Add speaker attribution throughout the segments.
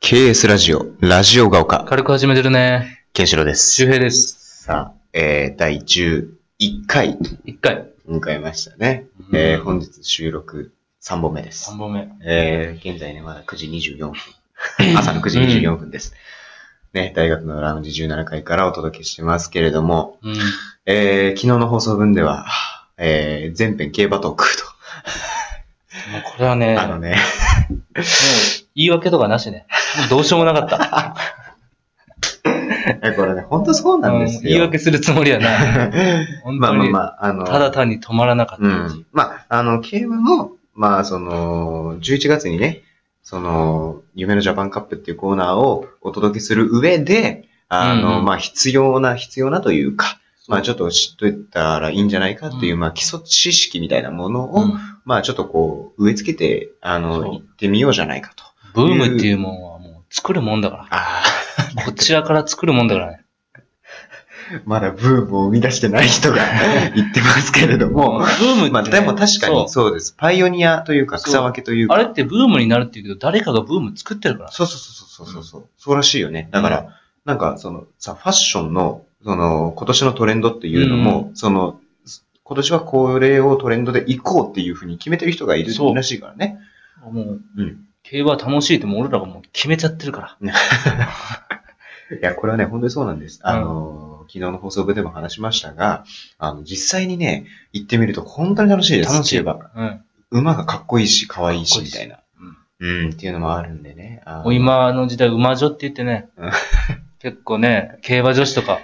Speaker 1: KS ラジオ、ラジオが丘、
Speaker 2: 軽く始めてるね。
Speaker 1: ケンシロウです。
Speaker 2: 周平です。
Speaker 1: さあ、えー、第11回
Speaker 2: 一回。
Speaker 1: 迎えましたね。えー、本日収録3本目です
Speaker 2: 三。本目。
Speaker 1: えー、現在ね、まだ9時24分。 朝の9時24分です。ね、大学のラウンジ17回からお届けしてますけれども、
Speaker 2: うん。
Speaker 1: えー、昨日の放送分では、えー、全編競馬トークと、
Speaker 2: もうこれはね、
Speaker 1: あの
Speaker 2: もう
Speaker 1: ね、
Speaker 2: 言い訳とかなしね。もうどうしようもなかった。
Speaker 1: これね、ほんとそうなんです
Speaker 2: うん言い
Speaker 1: よ。
Speaker 2: 訳するつもりはない。 本
Speaker 1: まあ
Speaker 2: 当
Speaker 1: まあ
Speaker 2: に。
Speaker 1: まあ、あの、
Speaker 2: ただ単に止まらなかった
Speaker 1: う
Speaker 2: 感じ。
Speaker 1: ん。まあ、あの、競馬も、まあ、その、11月にね、その、夢のジャパンカップっていうコーナーをお届けする上で、あの、
Speaker 2: うんうん
Speaker 1: まあ、必要な、必要なというか、まあ、ちょっと知っといたらいいんじゃないかっていう、
Speaker 2: うん
Speaker 1: まあ、基礎知識みたいなものを、
Speaker 2: うん
Speaker 1: まあ、ちょっとこう、植え付けて、あ
Speaker 2: そう
Speaker 1: の、行ってみようじゃないかと。
Speaker 2: ブームっていうもんはもう作るもんだか
Speaker 1: あ
Speaker 2: ら。こちらから作るもんだからね。
Speaker 1: あ、 まだブームを生み出してない人が 言ってますけれど
Speaker 2: もうブ
Speaker 1: も、
Speaker 2: ームってね。
Speaker 1: まあ、でも確かに
Speaker 2: そ
Speaker 1: そうです。パイオニアというか、
Speaker 2: そう
Speaker 1: 草分けという
Speaker 2: う。
Speaker 1: か
Speaker 2: あ。れってブームになるっていうけど、誰かがブーム作ってるから。
Speaker 1: そうそうそうそうそうそう。うそうらしいよね。だから、なんかそのさ、ファッションの、その、今年のトレンドっていうのも、その、今年はこれをトレンドで行こうっていうふうに決めてる人がいる
Speaker 2: そう
Speaker 1: らしいからね。
Speaker 2: もう、
Speaker 1: うん。
Speaker 2: 競馬楽しいってもう俺らがもう決めちゃってるから。
Speaker 1: いや、これはね、本当にそうなんです。あの、昨日の放送部でも話しましたが、あの、実際にね、行ってみると本当に楽しいです。
Speaker 2: 楽しい
Speaker 1: 競馬
Speaker 2: うん。
Speaker 1: 馬がかっこいいし、可愛い
Speaker 2: か
Speaker 1: し、
Speaker 2: っこい
Speaker 1: み
Speaker 2: いした
Speaker 1: いな。
Speaker 2: うん
Speaker 1: うん、っていうのもあるんでね。あの
Speaker 2: もう今の時代、馬女って言ってね
Speaker 1: うん、
Speaker 2: 結構ね、競馬女子とか、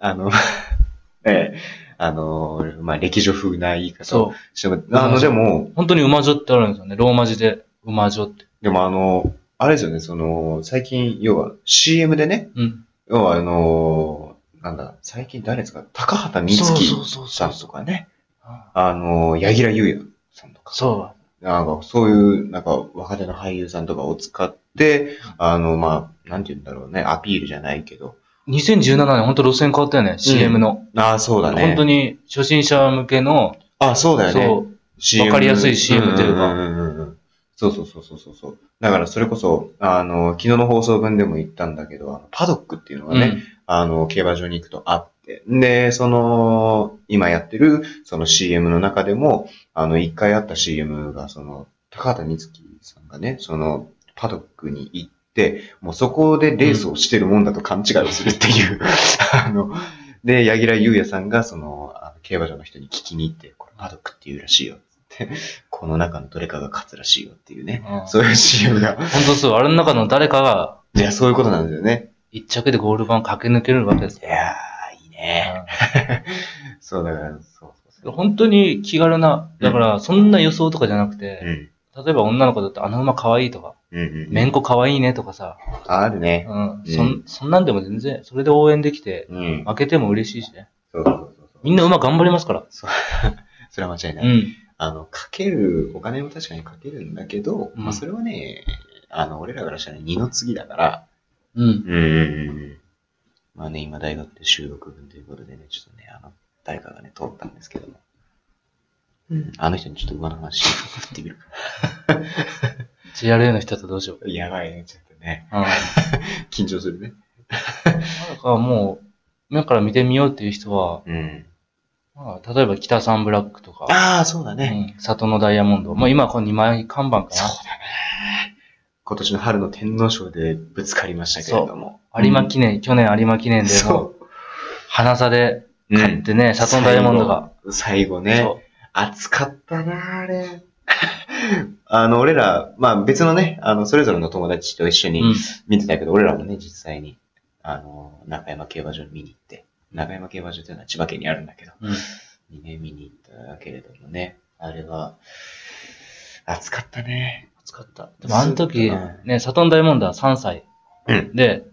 Speaker 1: あの、 ええ、あの、まあ、歴女風な言い方を
Speaker 2: そ
Speaker 1: してもあ
Speaker 2: う
Speaker 1: の、
Speaker 2: ん
Speaker 1: でも
Speaker 2: う、、本当に馬女ってあるんですよね、ローマ字で、馬女って。
Speaker 1: でもあの、あれですよね、その、最近、要は CM でね、
Speaker 2: うん。
Speaker 1: 要はあの、なんだ、最近誰ですか、高畑充
Speaker 2: そう
Speaker 1: 希
Speaker 2: そうそ
Speaker 1: さ
Speaker 2: うん
Speaker 1: とかね、
Speaker 2: あ
Speaker 1: あの、柳楽優弥さんとか、
Speaker 2: そ
Speaker 1: なんかそういう、なんか若手の俳優さんとかを使って、あの、まあ、なんて言うんだろうね、アピールじゃないけど、
Speaker 2: う。2017年、本当路線変わったよね、CM の。
Speaker 1: ああ、そうだね。
Speaker 2: 本当
Speaker 1: に。
Speaker 2: に初心者向けの、
Speaker 1: あそうだよね。
Speaker 2: そう、
Speaker 1: CM
Speaker 2: わかりやすい CM というか
Speaker 1: んんうんうんそうそうそうそうそうそう。だからそれこそ、あの、昨日の放送分でも言ったんだけど、あのパドックっていうのがね、
Speaker 2: うん
Speaker 1: あの、競馬場に行くとあって、で、その、今やってる、その CM の中でも、あの、一回あった CM が、その、高畑充希さんがね、その、パドックに行って、もうそこでレースをしてるもんだと勘違いをするっていう、 あの、で、柳楽優弥さんが、その、あの競馬場の人に聞きに行って、これパドックっていうらしいよって、この中のどれかが勝つらしいよっていうね、
Speaker 2: うん
Speaker 1: そういう CM が、
Speaker 2: 本当そう、あれの中の誰かが
Speaker 1: いや、そういうことなんですよね。
Speaker 2: 一着でゴール板駆け抜けるわけです
Speaker 1: い。やー、いいね。そう、だから、そうそう
Speaker 2: う
Speaker 1: そ
Speaker 2: ん
Speaker 1: う。
Speaker 2: 本当に気軽な、だからそんな予想とかじゃなく
Speaker 1: う
Speaker 2: て、
Speaker 1: ん。
Speaker 2: 例えば女の子だってあの馬可愛いとか、
Speaker 1: うんうん。
Speaker 2: めんこ可愛いねとかさ、
Speaker 1: あるね。
Speaker 2: うん、
Speaker 1: うん
Speaker 2: そんそんなんでも全然、それで応援できて、
Speaker 1: うん。
Speaker 2: 負けても嬉しいしね。
Speaker 1: そうそうそうそう。
Speaker 2: みんな馬頑張りますから。
Speaker 1: そうそれは間違いな
Speaker 2: う
Speaker 1: い。
Speaker 2: ん。
Speaker 1: あの、かける、お金も確かにかけるんだけど、
Speaker 2: うん
Speaker 1: まあそれはね、あの、俺らからしたら二の次だから。
Speaker 2: うん。
Speaker 1: うんうんうん。まあね、今大学で収録分ということでね、ちょっとね、あの、誰かがね、通ったんですけども。うん、あの人にちょっと馬の話振ってみるか。
Speaker 2: JRA の人だとどうしよう。
Speaker 1: やばいね、ちょっとね。
Speaker 2: うん。
Speaker 1: 緊張するね。
Speaker 2: だからもう、目から見てみようっていう人は、
Speaker 1: うん。
Speaker 2: まあ、例えば北サンブラックとか、
Speaker 1: ああ、そうだね。
Speaker 2: うん、里のダイヤモンド。まあ今はこの2枚看板か
Speaker 1: そう
Speaker 2: な。
Speaker 1: だね。今年の春の天皇賞でぶつかりましたけれども。
Speaker 2: 有馬記念、去年有馬記念でもう、
Speaker 1: そ
Speaker 2: 花さで
Speaker 1: う。う
Speaker 2: 勝っ
Speaker 1: ん。
Speaker 2: てね、里のダイヤモンドが。
Speaker 1: 最後
Speaker 2: そ
Speaker 1: ね。
Speaker 2: う
Speaker 1: 暑かったな、あれ。 あの、俺ら、まあ別のね、あの、それぞれの友達と一緒
Speaker 2: う
Speaker 1: に
Speaker 2: ん。
Speaker 1: 見てたけど、俺らもね、実際に、あの、中山競馬場に見に行って、中山競馬場というのは千葉県にあるんだけど、
Speaker 2: うん
Speaker 1: にね、見に行ったけれどもね、あれは、暑かったね。
Speaker 2: 暑かった。でもあの時
Speaker 1: うん、
Speaker 2: ね、サトンダイモンドは3歳。
Speaker 1: うん
Speaker 2: で、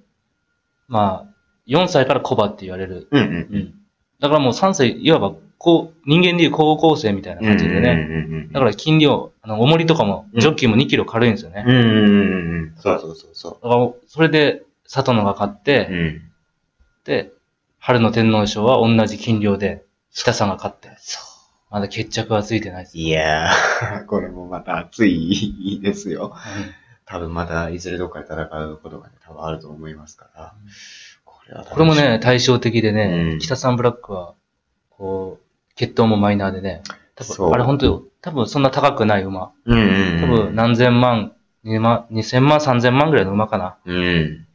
Speaker 2: まあ、4歳からコバって言われる。
Speaker 1: うんうん。
Speaker 2: だからもう3歳、いわば、こう、人間でいう高校生みたいな感じで
Speaker 1: うん
Speaker 2: ね。
Speaker 1: うんうんうんうん
Speaker 2: だから筋量、あの、重りとかも、
Speaker 1: うん
Speaker 2: ジョッキーも2キロ軽いんですよね。だ
Speaker 1: う
Speaker 2: か
Speaker 1: んうんうんうん。そうそうそうそ
Speaker 2: ら、それで、佐藤のが勝っ
Speaker 1: う。
Speaker 2: て、
Speaker 1: ん。
Speaker 2: で、春の天皇賞は同じ筋量で、北さんが勝って、
Speaker 1: そ
Speaker 2: まだ決着はついてないで す。
Speaker 1: う。いやー、これもまた熱いですよ。
Speaker 2: うん
Speaker 1: 多分まだいずれどっかで戦うことがね、多分あると思いますから。これは楽しみ
Speaker 2: これもね、、対照的でね、
Speaker 1: うん
Speaker 2: 北三ブラックは、こう、血統もマイナーでね、多
Speaker 1: そう
Speaker 2: 分、あれ本当よ、多分そんな高くない馬。
Speaker 1: うんうん、うん。
Speaker 2: 多分何千万、2万、2000万、3000万ぐらいの馬かな。
Speaker 1: うん。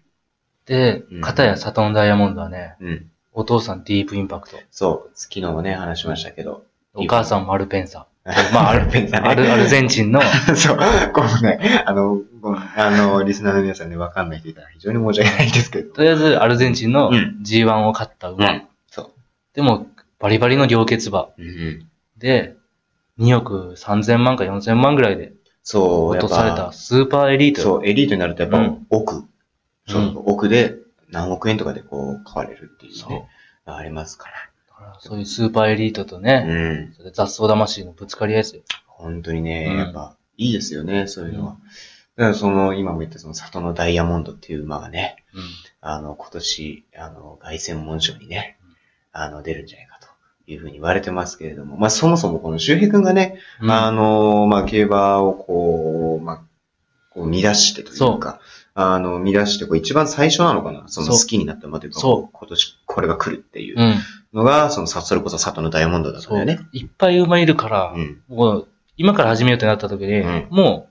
Speaker 2: で
Speaker 1: うん、
Speaker 2: 片やサトンダイヤモンドはね、
Speaker 1: うん。
Speaker 2: お父さんディープインパクト、
Speaker 1: そう、昨日もね、話しましたけど。
Speaker 2: お母さんマルペンサ、 まあ、
Speaker 1: ア
Speaker 2: あ
Speaker 1: ルペン
Speaker 2: る
Speaker 1: さんね
Speaker 2: アルアルゼン チンの、
Speaker 1: そう、ごめんね。あの、ごめんあの、リスナーの皆さんね、わかんない人いたら非常に申し訳ないんですけど。
Speaker 2: とりあえずアルゼンチンの
Speaker 1: うん
Speaker 2: G1 を勝った馬。。
Speaker 1: そ
Speaker 2: でも、バリバリの両血馬。
Speaker 1: う。うん。
Speaker 2: で、2億3000万か4000万ぐらいで
Speaker 1: そう、
Speaker 2: 落とされ
Speaker 1: や
Speaker 2: た
Speaker 1: っ
Speaker 2: スーパーエリー
Speaker 1: ぱ。
Speaker 2: トよ。
Speaker 1: そう、エリートになるとやっ
Speaker 2: う
Speaker 1: ぱ
Speaker 2: ん、
Speaker 1: 奥。そううん奥で何億円とかでこう、買われるっていう
Speaker 2: そう
Speaker 1: ね。ありますか
Speaker 2: だからそういうスーパーエリートと
Speaker 1: ら。
Speaker 2: ね、
Speaker 1: うん。
Speaker 2: それで雑草魂のぶつかり合いですよ。
Speaker 1: 本当にね、
Speaker 2: うん
Speaker 1: やっぱ、いいですよね、そういうのは。だからその、今も言ったその、里のダイヤモンドっていう馬がね、あの、今年、あの、凱旋門賞にね、あの、出るんじゃないかというふうに言われてますけれども、まあ、そもそもこの周平くんがね、
Speaker 2: うん
Speaker 1: まあ、あの、まあ、競馬をこう、まあ、こう乱してというか、あの、乱して、こう一番最初なのかなその
Speaker 2: そう
Speaker 1: 好きになった馬というか、
Speaker 2: そう。
Speaker 1: こう今年これが来るっていううんのが、その、さそれこそ里のダイヤモンドだったん
Speaker 2: そ
Speaker 1: だよ
Speaker 2: う
Speaker 1: ね。。
Speaker 2: いっぱい馬いるから、
Speaker 1: うん。
Speaker 2: もう、今から始めようってなった時に、
Speaker 1: うん
Speaker 2: もう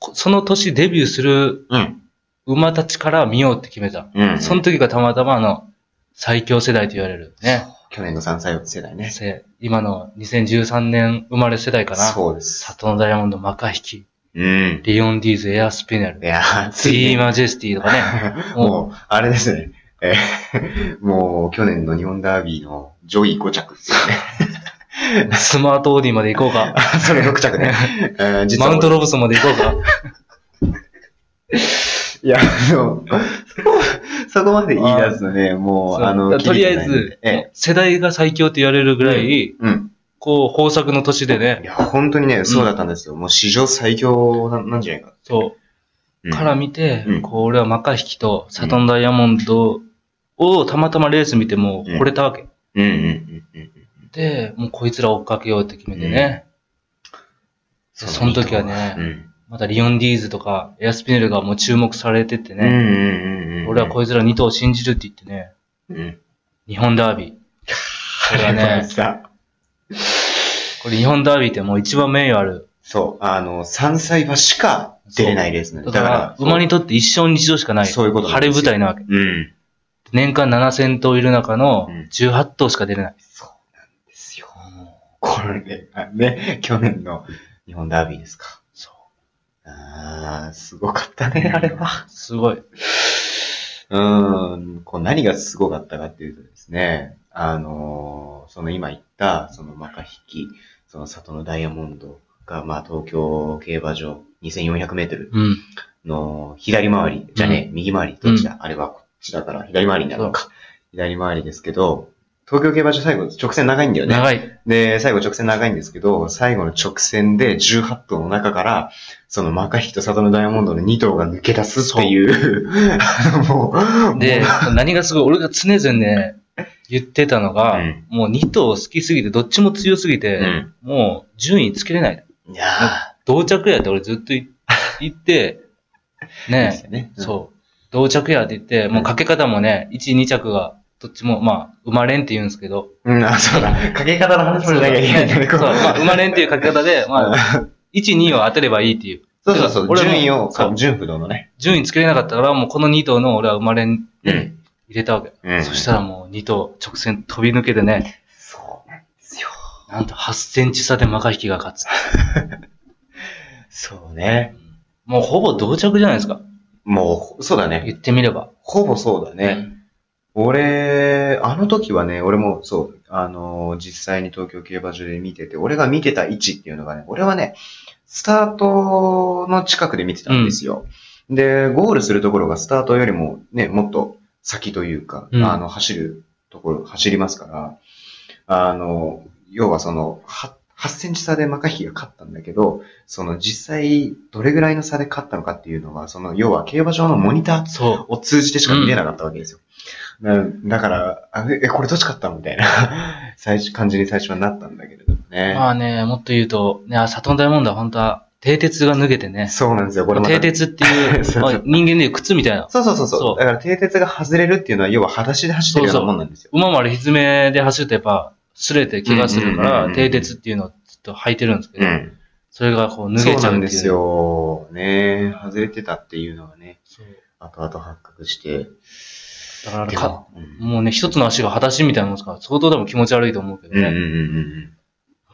Speaker 2: こ、その年デビューする
Speaker 1: うん。
Speaker 2: 馬たちから見ようって決めた。
Speaker 1: うん。
Speaker 2: その時がたまたまあの、最強世代と言われるね。
Speaker 1: 去年の3歳世代ね。
Speaker 2: せ今の2013年生まれ世代かな。
Speaker 1: そうです。
Speaker 2: 里のダイヤモンド、マカヒキ、
Speaker 1: うん。
Speaker 2: リオンディーズ、エアスピネル、
Speaker 1: いやー、
Speaker 2: ツ
Speaker 1: い
Speaker 2: イー
Speaker 1: に
Speaker 2: マジェスティとかね。
Speaker 1: もう、あれですね。え ーもう、去年の日本ダービーの上位5着 ですよね。
Speaker 2: スマートオーディまで行こうか。
Speaker 1: あそれ6着ね。えー 実は
Speaker 2: マウントロブソンまで行こうか。
Speaker 1: いや、あの、そこま で言い出すとね、もう、あ
Speaker 2: そ
Speaker 1: の、
Speaker 2: うとりあえ
Speaker 1: キリがないんで
Speaker 2: ず、
Speaker 1: ええ
Speaker 2: 世代が最強って言われるぐらい、
Speaker 1: うん。
Speaker 2: こう、豊作の年で
Speaker 1: い
Speaker 2: ね、
Speaker 1: や、本当にね、そうだったんですよ。もう史上最強ななんじゃないか。
Speaker 2: そうう、
Speaker 1: ん
Speaker 2: から見て、
Speaker 1: うん
Speaker 2: こう、俺はマカヒキとサトンダイヤモンドをたまたまレース見てもう惚れたわけ。
Speaker 1: うんうんうんうん。
Speaker 2: で、もうこいつら追っかけようって決めてね。でその時はね、
Speaker 1: うん。
Speaker 2: またリオンディーズとかエアスピネルがもう注目されてて
Speaker 1: うん
Speaker 2: ね、
Speaker 1: うんうんうん。
Speaker 2: 俺はこ
Speaker 1: う
Speaker 2: いつら2頭を信じるって言ってね、
Speaker 1: いう。うん。
Speaker 2: 日本ダービー。これは
Speaker 1: やっぱり
Speaker 2: ね、
Speaker 1: さ、
Speaker 2: これ日本ダービーってもう一番名誉ある。
Speaker 1: そう、あの、3歳馬しか出れないレースなんで
Speaker 2: だから、馬にとって一生に一度しかない。
Speaker 1: そういうことなん
Speaker 2: 晴
Speaker 1: です
Speaker 2: れ
Speaker 1: よ
Speaker 2: 舞台なわけ。
Speaker 1: うん。
Speaker 2: 年間7000頭いる中の
Speaker 1: うん
Speaker 2: 18頭しか出れない。
Speaker 1: そうなんですよ。これね、あね、去年の日本ダービーですか。
Speaker 2: そ
Speaker 1: あー、すごかったね、あれは。
Speaker 2: う。すごい。
Speaker 1: うーん、こう何がすごかったかっていうとですね、あのーその今言った、そのマカヒキ、その里のダイヤモンドが、まあ東京競馬場2400メートル
Speaker 2: うん。
Speaker 1: の左回り、じゃねえ、右回り、どっちだ、あれはこっちだから左回りになるのか。左回りですけど、東京競馬場最後直線長いんだよね。
Speaker 2: 長い。
Speaker 1: で、最後直線長いんですけど、最後の直線で18頭の中から、そのマカヒキと里のダイヤモンドの2頭が抜け出すっていう、あの もう、
Speaker 2: で、何がすごい、俺が常々ね、言ってたのが、
Speaker 1: うん
Speaker 2: もう2頭好きすぎて、どっちも強すぎて、
Speaker 1: うん
Speaker 2: もう順位つけれない。
Speaker 1: いや
Speaker 2: 同着やって俺ずっとい言って、
Speaker 1: ー、いいです
Speaker 2: ね、
Speaker 1: よね。
Speaker 2: そう。同着やって言って、もうかけ方もね、1、2着が、どっちも、まあ、生まれんって言うんですけど、
Speaker 1: うん。うん、あ、そうだ。かけ方の話もしなきゃいけないんだね。
Speaker 2: そう、
Speaker 1: こう
Speaker 2: まあ、生まれんっていう書き方で、まあ、1、2を当てればいいっていう。
Speaker 1: そうそうそう。
Speaker 2: 俺も
Speaker 1: 順位を、
Speaker 2: そう
Speaker 1: 順不動のね。
Speaker 2: 順位つけれなかったから、もうこの2頭の俺は生まれん、入
Speaker 1: ん。
Speaker 2: れたわけ。
Speaker 1: うん。
Speaker 2: そしたらもう2頭直線飛び抜けてね、
Speaker 1: そうなんですよ。
Speaker 2: なんと8センチ差でマカヒキが勝つ。
Speaker 1: そうね。
Speaker 2: もうほぼ同着じゃないですか。
Speaker 1: もう、そうだね。
Speaker 2: 言ってみれば。
Speaker 1: ほぼそうだね。俺、あの時はね、俺もそう、あのー実際に東京競馬場で見てて、俺が見てた位置っていうのがね、俺はね、スタートの近くで見てたんですよ。で、ゴールするところがスタートよりもね、もっと先というか、
Speaker 2: うん
Speaker 1: あの、走るところ、走りますから、あの、要はその、は8センチ差でマカヒキが勝ったんだけど、その実際どれぐらいの差で勝ったのかっていうのは、その要は競馬場のモニター
Speaker 2: うんそ
Speaker 1: を通じてしか見れなかったわけですよ。なだから、あえ、えこれどっち勝ったのみた いな最初感じに最初はなったんだけれども
Speaker 2: う。
Speaker 1: ね。
Speaker 2: まあね、もっと言うと、ね、あサトンダイモンドは本当は蹄鉄が脱げてね。
Speaker 1: そうなんですよ、これまた
Speaker 2: 蹄鉄ってい う、
Speaker 1: そうそう
Speaker 2: まあ人間でいう靴みたいな。
Speaker 1: そうそうそう
Speaker 2: そ
Speaker 1: そうう。だから、蹄鉄が外れるっていうのは、要は裸足で走ってるようなもんなんですよ。
Speaker 2: 馬もあれ、ひずめで走るとやっぱ、擦れて怪我するか
Speaker 1: うんうん
Speaker 2: ら、
Speaker 1: うんうん
Speaker 2: 蹄鉄っていうのをずっと履いてるんですけ
Speaker 1: う
Speaker 2: ど、
Speaker 1: ん。
Speaker 2: それがこう脱
Speaker 1: そ
Speaker 2: げ
Speaker 1: う
Speaker 2: ちゃ
Speaker 1: な
Speaker 2: うんん
Speaker 1: で
Speaker 2: です
Speaker 1: す
Speaker 2: よ。
Speaker 1: よ。ねえ外れてたっていうのがね、
Speaker 2: そう
Speaker 1: 後々発覚して。
Speaker 2: だからあれ
Speaker 1: で
Speaker 2: か、
Speaker 1: もうん
Speaker 2: もうね、一つの足が裸足みたいなもんですから、相当でも気持ち悪いと思うけど
Speaker 1: うんうんうん
Speaker 2: ね。
Speaker 1: うん。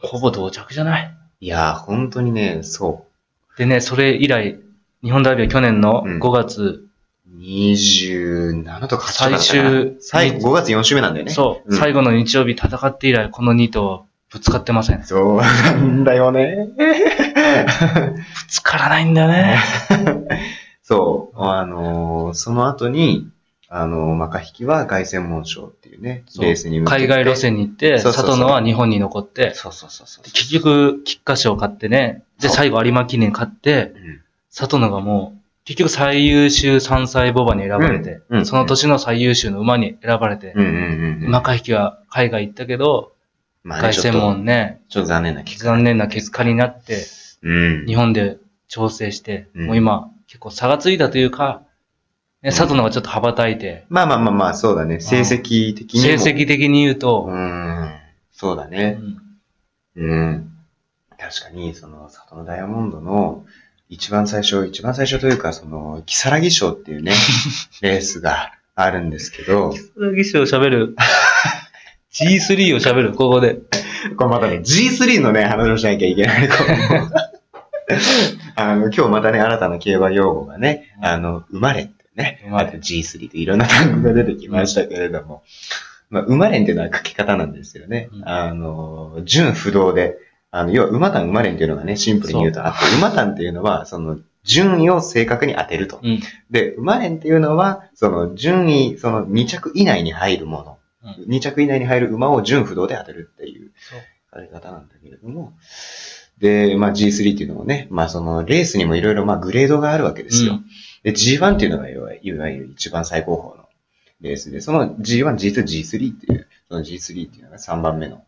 Speaker 2: ほぼ同着じゃない。
Speaker 1: いやー、本当にね、そ
Speaker 2: でね、それ以来、日本代表去年の
Speaker 1: うん
Speaker 2: 5月、
Speaker 1: う。27とか8とかだったかな。
Speaker 2: 最終
Speaker 1: 最後、5月4週目なんだよね。
Speaker 2: そう、
Speaker 1: うん
Speaker 2: 最後の日曜日戦って以来、この2頭はぶつかってません。ぶ
Speaker 1: そうなんだよね。
Speaker 2: つからないんだよね。
Speaker 1: そう。あのーその後に、あのーマカヒキは凱旋門賞っていうね、
Speaker 2: そ う
Speaker 1: レースに向けて。
Speaker 2: 海外路線に行って、
Speaker 1: そうそうそう
Speaker 2: 里野は日本に残って、
Speaker 1: そうそうそうそう。
Speaker 2: で結局、菊花賞買ってね、で、
Speaker 1: そう
Speaker 2: 最後有馬記念買って、
Speaker 1: うん
Speaker 2: 里野がもう、結局最優秀3歳牡馬に選ばれて、
Speaker 1: うんうん
Speaker 2: その年の最優秀の馬に選ばれて、
Speaker 1: うんうんうんうん。
Speaker 2: 馬鹿引きは海外行ったけど、
Speaker 1: まあね
Speaker 2: 凱旋門ね、
Speaker 1: ちょっと残念な結果。
Speaker 2: 残念な結果になって、
Speaker 1: うん。
Speaker 2: 日本で調整して、
Speaker 1: うん
Speaker 2: もう今、結構差がついたというか、ね、佐藤の方がちょっと羽ばたいて、
Speaker 1: まあまあまあまあ、そうだね。成績的に
Speaker 2: 成
Speaker 1: も。
Speaker 2: 績的に言う
Speaker 1: う
Speaker 2: と、
Speaker 1: ん。そうだ
Speaker 2: う
Speaker 1: ね。
Speaker 2: ん
Speaker 1: うん。確かに、その、里のダイヤモンドの、一番最初、一番最初というか、その、木更木賞っていう ね、レースがあるんですけど、
Speaker 2: 鈴木氏を喋る、G3 を喋る、ここで。
Speaker 1: これまたね、G3 のね、話をしなきゃいけ ない。このあの、今日またね、新たな競馬用語がね、あの、生まれってね、
Speaker 2: 生ま
Speaker 1: あ
Speaker 2: れ
Speaker 1: と G3 といろんな単語が出てきましたけれども、まあ、生まれんっていうのは書き方なんですよね
Speaker 2: う。ん
Speaker 1: あの、純不動で、あの、要は馬単生まれんっていうのがね、シンプルに言うとあって、馬単っていうのは、その、順位を正確に当てると。
Speaker 2: うん。
Speaker 1: で、馬連っていうのは、その順位、その2着以内に入るもの、
Speaker 2: う
Speaker 1: 2着以内に入る馬を順不動で当てるっていう
Speaker 2: そう
Speaker 1: あれ方なんだけれども、で、まあ G3 っていうのもね、まあそのレースにもいろいろまあグレードがあるわけですよ。
Speaker 2: うん
Speaker 1: で、G1 っていうのがいわいわゆる一番最高峰のレースで、その G1、G2、G3 っていう、その G3 っていうのが3番目の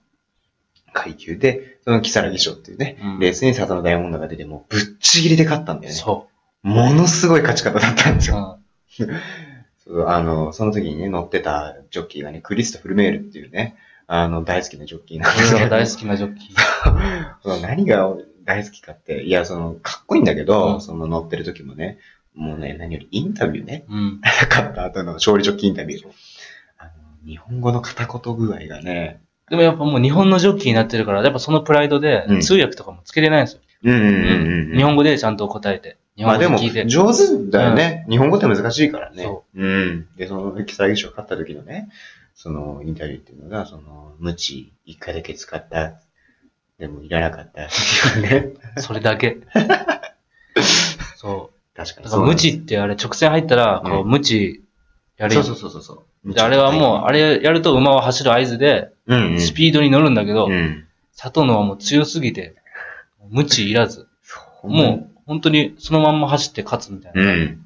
Speaker 1: 階級で、その木更木賞っていうね、
Speaker 2: うん
Speaker 1: レースに里のダイヤモンドが出て、もうぶっちぎりで勝ったんだよね。
Speaker 2: そ
Speaker 1: ものすごい勝ち方だったんです
Speaker 2: う。
Speaker 1: よ
Speaker 2: う。ん
Speaker 1: そうあの、その時にね、乗ってたジョッキーがね、クリストフルメールっていうね、あの、大好きなジョッキーなんです
Speaker 2: 俺らが大
Speaker 1: け
Speaker 2: 好きなジョッキー。
Speaker 1: ど、何が大好きかって、いや、その、かっこいいんだけど、
Speaker 2: うん
Speaker 1: その乗ってる時もね、もうね、何よりインタビューね、
Speaker 2: うん。
Speaker 1: 勝った後の勝利ジョッキーインタビュー。あの日本語の片言具合がね、
Speaker 2: でもやっぱもう日本のジョッキーになってるから、やっぱそのプライドで
Speaker 1: うん
Speaker 2: 通訳とかもつけれないんですよ。
Speaker 1: うんうんうんうん。
Speaker 2: 日本語でちゃんと答えて。日
Speaker 1: まあ
Speaker 2: 本語
Speaker 1: で
Speaker 2: で
Speaker 1: も
Speaker 2: 聞いて。、
Speaker 1: 上手だよね。日本語って難しいからね。。
Speaker 2: そう
Speaker 1: ん。で、その、キサラ賞勝った時のね、その、インタビューっていうのが、その、無知、一回だけ使った、でもいらなかったっていうね。
Speaker 2: それだけ。 そ
Speaker 1: 確かに
Speaker 2: う。だから無知ってあれ直線入ったら、こう、
Speaker 1: う
Speaker 2: 無知やれ
Speaker 1: そう
Speaker 2: よ。
Speaker 1: そうそうそうそう。
Speaker 2: であれはもう、あれやると馬は走る合図で、
Speaker 1: う、うん、うん。
Speaker 2: スピードに乗るんだけど
Speaker 1: う、ん。
Speaker 2: 佐藤のはもう強すぎて、無知いらず。
Speaker 1: そう、
Speaker 2: もう、本当にそのまんま走って勝つみたいうな。
Speaker 1: ん。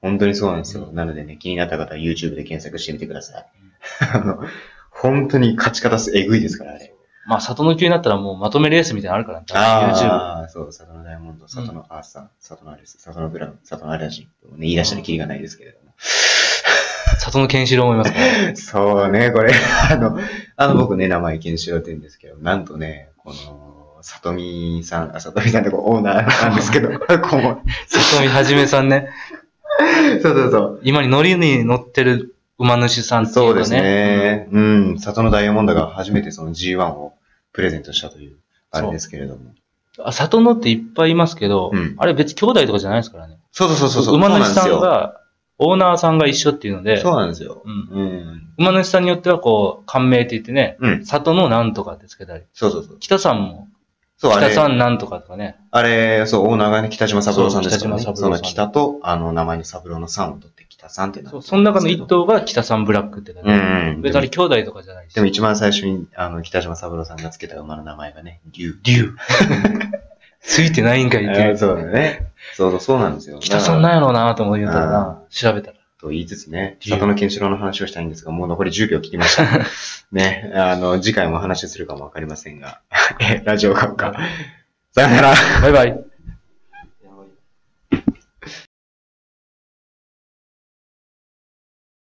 Speaker 1: 本当にそうなんですよ。
Speaker 2: う
Speaker 1: なのでね、気になった方は YouTube で検索してみてください。 あの、本当に勝ち方すえぐいですから、あれ。
Speaker 2: まあ、里の級になったらもうまとめレースみたいなのあるからね。YouTube。
Speaker 1: ああ、そう、里のダイヤモンド、里のアーサー、里のアレス、里のブラウン、里のアラジン。ね、言い出したらキリがないですけれども。
Speaker 2: 里の剣士郎もいますから。
Speaker 1: そうね、これ、 あの、あの、僕ね、名前検証って言うんですけど、なんとね、この、里見さん、あ、里見さんってこうオーナーなんですけ ど、こう、
Speaker 2: 里見はじめさんね。
Speaker 1: そうそうそう。
Speaker 2: 今に乗りに乗ってる馬主さんってい
Speaker 1: そうう
Speaker 2: か
Speaker 1: で
Speaker 2: ね。
Speaker 1: すね。うん、里のダイヤモンドが初めてその G1 をプレゼントしたという、あれですけれども。
Speaker 2: あ里のっていっぱいいますけど、
Speaker 1: うん
Speaker 2: あれ別に兄弟とかじゃないですからね。
Speaker 1: そうそうそうそうそう。
Speaker 2: 馬主さ
Speaker 1: そ
Speaker 2: ん
Speaker 1: うなんで
Speaker 2: が、オーナーさんが一緒っていうの
Speaker 1: すよ。
Speaker 2: で、
Speaker 1: そうなんですよ。
Speaker 2: うん
Speaker 1: うん。
Speaker 2: 馬主さんによってはこう、官名って言ってね、
Speaker 1: うん。
Speaker 2: 里のなんとかってつけたり、
Speaker 1: そうそうそう。
Speaker 2: 北さんも、
Speaker 1: そう、あれ
Speaker 2: 北。さんなんとかとかね。
Speaker 1: あれ、そう、オーナーがね、北島三郎さんですからね。
Speaker 2: そ
Speaker 1: そう
Speaker 2: 北島三郎
Speaker 1: の
Speaker 2: さん
Speaker 1: 北と、あの、名前の三郎の3を取って北さんってなって
Speaker 2: そ
Speaker 1: るん
Speaker 2: う
Speaker 1: ですけど
Speaker 2: その中の一。頭が北さんブラックってだけ
Speaker 1: う。ん。
Speaker 2: 別にあれ兄弟とかじゃないし。
Speaker 1: でも一番最初に、あの、北島三郎さんがつけた馬の名前がね、竜。
Speaker 2: 竜。 ついてないんかいっ てい
Speaker 1: えー
Speaker 2: う。
Speaker 1: そうだね。そうそう、そうなんですよ。
Speaker 2: 北さんなん
Speaker 1: い
Speaker 2: やろうなと思いながらな、調べたら。
Speaker 1: と言いつつね、
Speaker 2: 竜
Speaker 1: 里の健志郎の話をしたいんですが、もう残り10秒切りま した。ね、あの、 次回もお話しするかもわかりませんが、えラジオ買うか。さよなら。
Speaker 2: バイバイ。